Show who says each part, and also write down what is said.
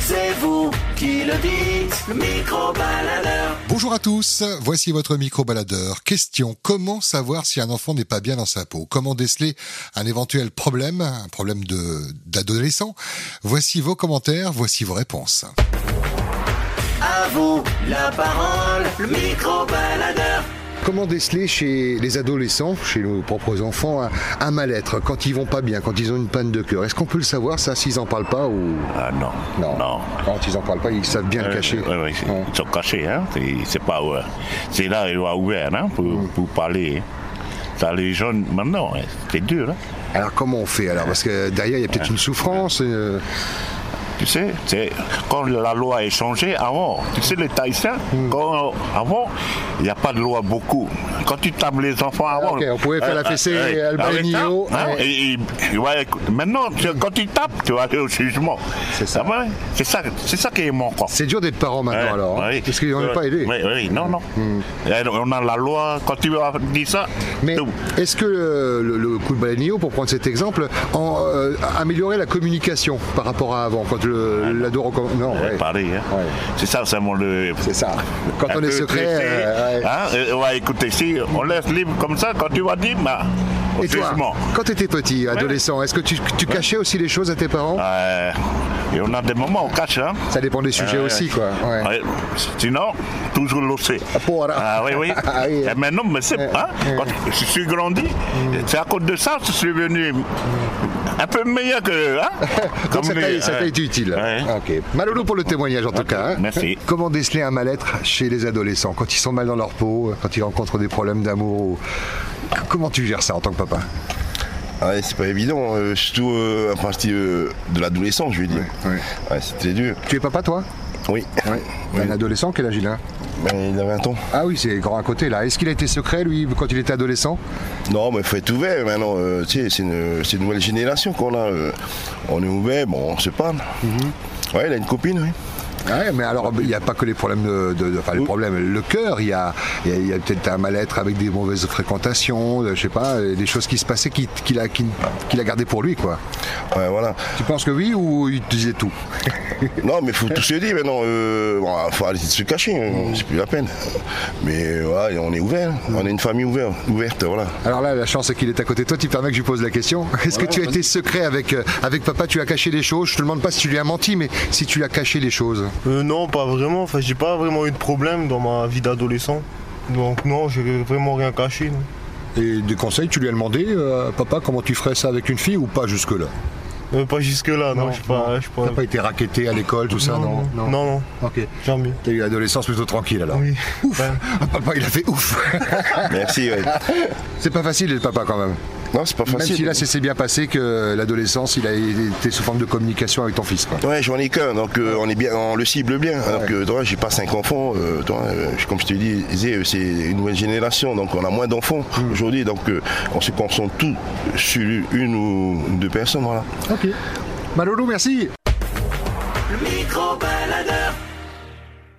Speaker 1: c'est vous qui le dites, le micro-baladeur.
Speaker 2: Bonjour à tous, voici votre micro-baladeur. Question, comment savoir si un enfant n'est pas bien dans sa peau Comment déceler un éventuel problème, un problème de d'adolescent Voici vos commentaires, voici vos réponses.
Speaker 1: À vous la parole, le micro-baladeur.
Speaker 3: Comment déceler chez les adolescents, chez nos propres enfants, un, un mal-être quand ils vont pas bien, quand ils ont une panne de cœur Est-ce qu'on peut le savoir ça s'ils en parlent pas ou
Speaker 4: Ah non. Euh,
Speaker 3: non. Quand ils en parlent pas, ils savent bien le cacher.
Speaker 4: Ouais, ouais,
Speaker 3: Ouais.
Speaker 4: Ils sont cachés, hein. C'est- C'est pas euh, c'est là ils l'ont ouvert, hein, pour,
Speaker 3: Mm.
Speaker 4: pour parler. Ça les jeunes maintenant, hein, c'est dur. hein.
Speaker 3: Alors comment on fait alors Parce que derrière il y a peut-être une souffrance. euh,
Speaker 4: Tu sais, c'est quand la loi est changée avant. Tu sais les Tahitiens,
Speaker 3: Mm.
Speaker 4: quand avant, il n'y a pas de loi beaucoup. Quand tu tapes les enfants avant,
Speaker 3: ok, on pouvait faire la fessée
Speaker 4: ouais,
Speaker 3: Albanio,
Speaker 4: avec ça, hein,
Speaker 3: ouais.
Speaker 4: et- et- ouais, écoute, maintenant, tu- quand tu tapes, tu vas aller au jugement.
Speaker 3: C'est ça.
Speaker 4: Ah ouais, c'est ça, c'est ça qui est manquant.
Speaker 3: C'est dur d'être parent maintenant
Speaker 4: Ouais,
Speaker 3: alors, hein,
Speaker 4: oui.
Speaker 3: parce qu'ils n'en
Speaker 4: Ouais,
Speaker 3: est pas aidé. Hmm.
Speaker 4: Oui, oui, non, non. Et On a la loi, quand tu as dit ça,
Speaker 3: Mais
Speaker 4: tout.
Speaker 3: est-ce que euh, le, le coup de balanio, pour prendre cet exemple, en, euh, améliorer la communication par rapport à avant, quand le- l'ado recommande Non, ouais.
Speaker 5: Euh,
Speaker 4: Ouais, pareil, hein.
Speaker 3: Ouais.
Speaker 4: c'est ça, c'est mon le.
Speaker 3: c'est ça. Quand
Speaker 4: un
Speaker 3: on est
Speaker 4: peu
Speaker 3: secret,
Speaker 4: pressé,
Speaker 3: euh, ouais.
Speaker 4: hein, euh, ouais, écoutez, si on laisse libre comme ça, quand tu vas dire, bah, au
Speaker 3: Et toi,
Speaker 4: jugement.
Speaker 3: quand tu étais petit, adolescent, est-ce que tu, tu cachais aussi les choses à tes parents
Speaker 4: Euh, et on a des moments, on cache, hein.
Speaker 3: Ça dépend des sujets
Speaker 4: Ouais,
Speaker 3: aussi,
Speaker 4: ouais. Ah.
Speaker 3: quoi. Ouais.
Speaker 4: Ouais. Sinon, toujours l'ossé.
Speaker 3: pour, hein.
Speaker 4: Ah oui, oui.
Speaker 3: Ah oui.
Speaker 4: Et maintenant, mais c'est,
Speaker 3: Ouais. Mm.
Speaker 4: hein, quand je suis grandi, c'est à cause de ça que je suis venu un peu meilleur que. Hein,
Speaker 3: Donc ça
Speaker 4: comme
Speaker 3: t'a
Speaker 4: les-
Speaker 3: ça t'a
Speaker 4: ouais.
Speaker 3: été utile. Ah.
Speaker 4: Ouais.
Speaker 3: Ok. Malolo pour le témoignage en tout cas. hein.
Speaker 4: Merci.
Speaker 3: Comment déceler un mal-être chez les adolescents quand ils sont mal dans leur peau, quand ils rencontrent des problèmes d'amour ou- Comment tu gères ça en tant que papa
Speaker 5: Ah ouais, c'est pas évident, euh, surtout euh, à partir euh, de l'adolescence, je veux dire.
Speaker 3: Ouais,
Speaker 5: Ouais, c'était dur.
Speaker 3: Tu es papa toi
Speaker 5: Oui.
Speaker 3: Un adolescent quel âge il a
Speaker 5: Mais il avait un temps.
Speaker 3: Ah oui, c'est grand à côté là. Est-ce qu'il a été secret lui quand il était adolescent
Speaker 5: Non, mais faut être ouvert maintenant. euh, tu sais, c'est une, c'est une nouvelle génération qu'on a. euh, on est ouvert, bon, on se parle. Ouais, il a une copine, oui.
Speaker 3: Ouais, mais alors il n'y a pas que les problèmes de, de- de- enfin les problèmes, le cœur, il y a, il y a- il y a peut-être un mal-être avec des mauvaises fréquentations, de- je sais pas, euh, des choses qui se passaient qui- qu'il a, qui- qu'il a gardé pour lui quoi.
Speaker 5: Ouais, voilà.
Speaker 3: Tu penses que oui ou il te disait tout
Speaker 5: Non, mais faut tout se dire maintenant. Euh, bon, faut arrêter de se cacher,
Speaker 3: Mm.
Speaker 5: hein, c'est plus la peine. Mais euh, voilà, on est ouvert, on est une famille ouverte, ouverte voilà.
Speaker 3: Alors là, la chance c'est qu'il est à côté de toi. Tu permets que je lui pose la question. Est-ce que tu as été secret avec, euh, avec papa Tu as caché des choses Je te demande pas si tu lui as menti, mais si tu lui as caché les choses.
Speaker 6: Euh, non, pas vraiment. Enfin, j'ai pas vraiment eu de problème dans ma vie d'adolescent. Donc non, j'ai vraiment rien caché. non.
Speaker 3: Et des conseils, tu lui as demandé, euh, papa, comment tu ferais ça avec une fille ou pas jusque-là
Speaker 6: Euh, pas jusque là, non.
Speaker 3: Non,
Speaker 6: je sais pas. je sais pas.
Speaker 3: T'as pas été raquetté à l'école, tout ça Non,
Speaker 6: non, non, non,
Speaker 3: Ok.
Speaker 6: jamais.
Speaker 3: T'as eu l'adolescence plutôt tranquille alors.
Speaker 6: Oui.
Speaker 3: Ouf
Speaker 6: Ouais.
Speaker 3: Ah, Papa, il a fait ouf
Speaker 5: Merci, ouais.
Speaker 3: C'est pas facile, le papa, quand même.
Speaker 5: Non, c'est pas
Speaker 3: Même
Speaker 5: facile. hein.
Speaker 3: si là, c'est bien passé que l'adolescence, il a été sous forme de communication avec ton fils. Quoi.
Speaker 5: Ouais, j'en ai qu'un, donc euh, on est bien, on le cible bien. Alors que toi, j'ai pas cinq enfants. euh, toi, euh, je- comme je te dis, disais, euh, c'est une nouvelle génération, donc on a moins d'enfants aujourd'hui, donc euh, on se concentre tout sur une ou deux personnes, voilà.
Speaker 3: Ok. Malolo, Bah, merci
Speaker 1: Le micro-baladeur.